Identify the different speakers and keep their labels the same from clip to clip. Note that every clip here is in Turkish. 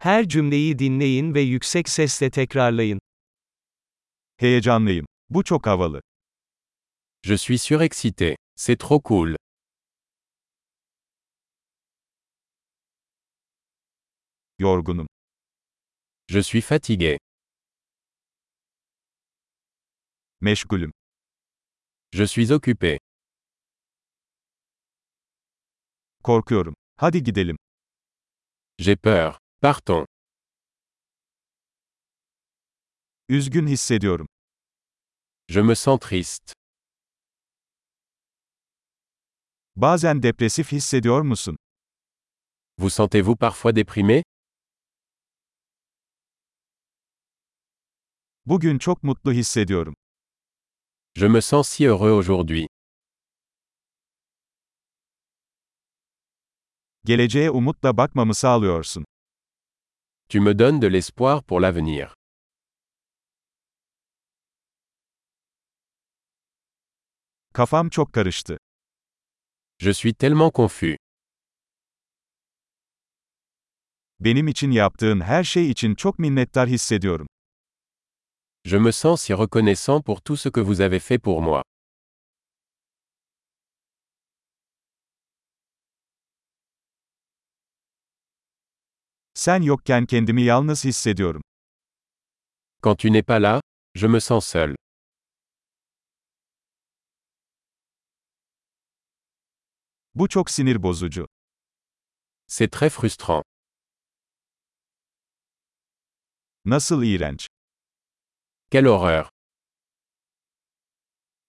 Speaker 1: Her cümleyi dinleyin ve yüksek sesle tekrarlayın.
Speaker 2: Heyecanlıyım. Bu çok havalı.
Speaker 3: Je suis surexcité. C'est trop cool.
Speaker 2: Yorgunum.
Speaker 3: Je suis fatigué.
Speaker 2: Meşgulüm.
Speaker 3: Je suis occupé.
Speaker 2: Korkuyorum. Hadi gidelim.
Speaker 3: J'ai peur. Partons.
Speaker 2: Üzgün hissediyorum.
Speaker 3: Je me sens triste.
Speaker 2: Bazen depresif hissediyor musun?
Speaker 3: Vous sentez-vous parfois déprimé
Speaker 2: Bugün çok mutlu hissediyorum.
Speaker 3: Je me sens si heureux aujourd'hui.
Speaker 2: Geleceğe umutla bakmamı sağlıyorsun.
Speaker 3: Tu me donnes de l'espoir pour l'avenir.
Speaker 2: Kafam çok karıştı.
Speaker 3: Je suis tellement confus.
Speaker 2: Benim için yaptığın her şey için çok minnettar hissediyorum.
Speaker 3: Je me sens si reconnaissant pour tout ce que vous avez fait pour moi.
Speaker 2: Sen yokken kendimi yalnız hissediyorum.
Speaker 3: Quand tu n'es pas là, je me sens seul.
Speaker 2: Bu çok sinir bozucu.
Speaker 3: C'est très frustrant.
Speaker 2: Nasıl iğrenç.
Speaker 3: Quelle horreur.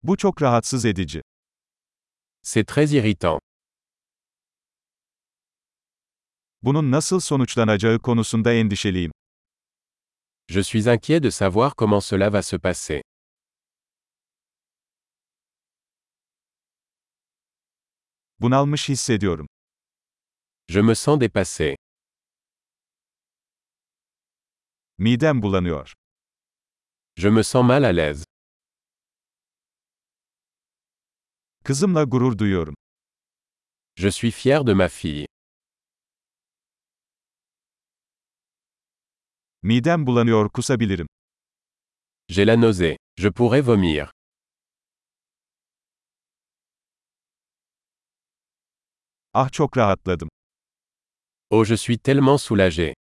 Speaker 2: Bu çok rahatsız edici.
Speaker 3: C'est très irritant.
Speaker 2: Bunun nasıl sonuçlanacağı konusunda endişeliyim.
Speaker 3: Je suis inquiet de savoir comment cela va se passer.
Speaker 2: Bunalmış hissediyorum.
Speaker 3: Je me sens dépassé.
Speaker 2: Midem bulanıyor.
Speaker 3: Je me sens mal à l'aise.
Speaker 2: Kızımla gurur duyuyorum.
Speaker 3: Je suis fier de ma fille.
Speaker 2: Midem bulanıyor kusabilirim.
Speaker 3: J'ai la nausée. Je pourrais vomir.
Speaker 2: Ah çok rahatladım.
Speaker 3: Oh, je suis tellement soulagé.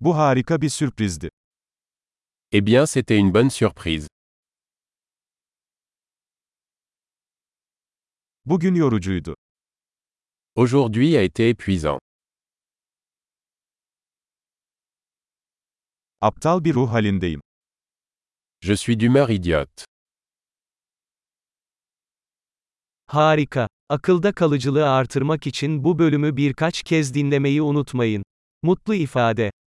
Speaker 2: Bu harika bir sürprizdi.
Speaker 3: Eh bien, c'était une bonne surprise.
Speaker 2: Bugün yorucuydu.
Speaker 3: Aujourd'hui a été épuisant.
Speaker 2: Aptal bir ruh halindeyim.
Speaker 3: Je suis d'humeur idiote.
Speaker 1: Harika. Akılda kalıcılığı artırmak için bu bölümü birkaç kez dinlemeyi unutmayın. Mutlu ifade